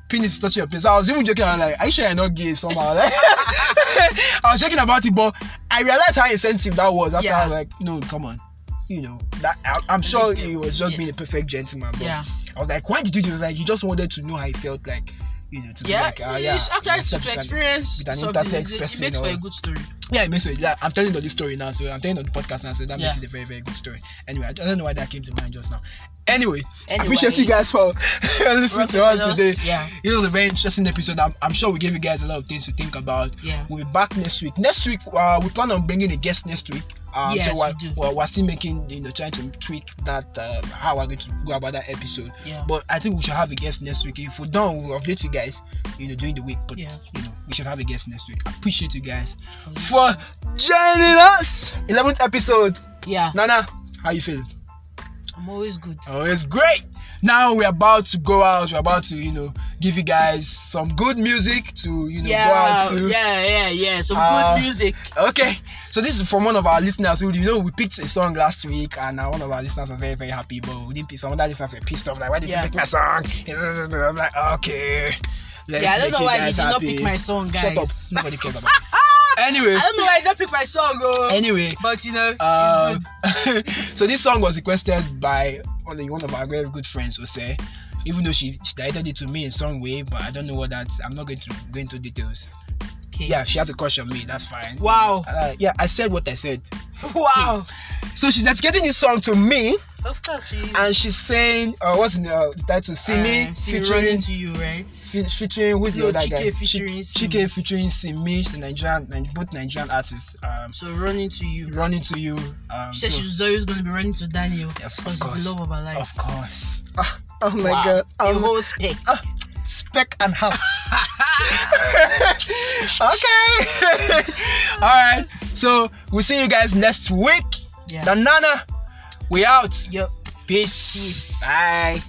penis touch your penis? I was even joking. I was like, are you sure you're not gay somehow? [laughs] Like, I was joking about it, but I realized how insensitive that was after. I
Yeah.
was like, no, come on. You know that I, I'm sure he was just
Yeah.
being a perfect gentleman. But
Yeah.
I was like, why did you do? He was like, he just wanted to know how he felt like. You know, to
Yeah,
be like, ah, yeah,
it's actually
yes,
to
something like-
experience
with an
something.
intersex
is- It
person
makes for
or-
a good story.
yeah, it makes sense. Like, I'm telling you this story now, so I'm telling you on the podcast now, so that makes
Yeah.
it a very, very good story. Anyway, I don't know why that came to mind just now. Anyway, I
Anyway.
appreciate you guys for [laughs] listening to
Rocking
us
with us,
today.
yeah.
It was a very interesting episode. I'm, I'm sure we gave you guys a lot of things to think about.
Yeah.
We'll be back next week. Next week, uh, we plan on bringing a guest next week. Um,
Yes,
so we're,
we do.
we're, we're still making, you know, trying to tweak that, uh, how we're going to go about that episode.
Yeah.
But I think we should have a guest next week. If we don't, we'll update you guys, you know, during the week. But,
Yeah.
you know, we should have a guest next week. Appreciate you guys for joining us. 11th episode.
Yeah,
Nana, how you feeling?
I'm always good.
Oh, it's great. Now we're about to go out. We're about to, you know, give you guys some good music to, you know,
Yeah,
go out to.
yeah, yeah, yeah. Some
Uh,
good music.
Okay, so this is from one of our listeners who, you know, we picked a song last week, and uh, one of our listeners was very, very happy, but we didn't pick some other listeners were pissed off. Like, why did
Yeah.
you pick my song? I'm like, okay. Let's
Yeah, I don't
make
know
you
why he
guys
did not
happy.
pick my song,
Shut up. [laughs]
guys.
Nobody cares about.
[laughs] Ah,
it. Anyway,
I don't know why I didn't pick my song, oh.
anyway,
but you know,
Um,
it's good.
[laughs] so this song was requested by one of, one of our very good friends, Ose. Even though she, she directed it to me in some way, but I don't know what that. I'm not going to go into details.
Okay.
Yeah, she has a crush on me. That's fine.
Wow.
Uh, yeah, I said what I said.
[laughs] Wow.
So she's dedicating this song to me,
Of course, we.
and she's saying, uh, "What's in the, uh, the title? See me
uh, see me
featuring
running to you, right?
fe- featuring who's
No,
the other guy?
Chike featuring Simi.
Chike featuring Simi. She's a Nigerian, Ni- both Nigerian artists. Um,
So running to you.
running to you. Um,
She said
so-
she's always gonna be running to Daniel
Yes, of
because he's
course.
the love of her life.
Of course. Ah, oh my
Wow.
god.
The
Um,
whole spec.
speck and
[laughs]
half. [laughs] okay. [laughs] All right. So we'll see you guys next week.
Yeah.
Nanana, we out.
Yep.
Peace.
Peace.
Bye.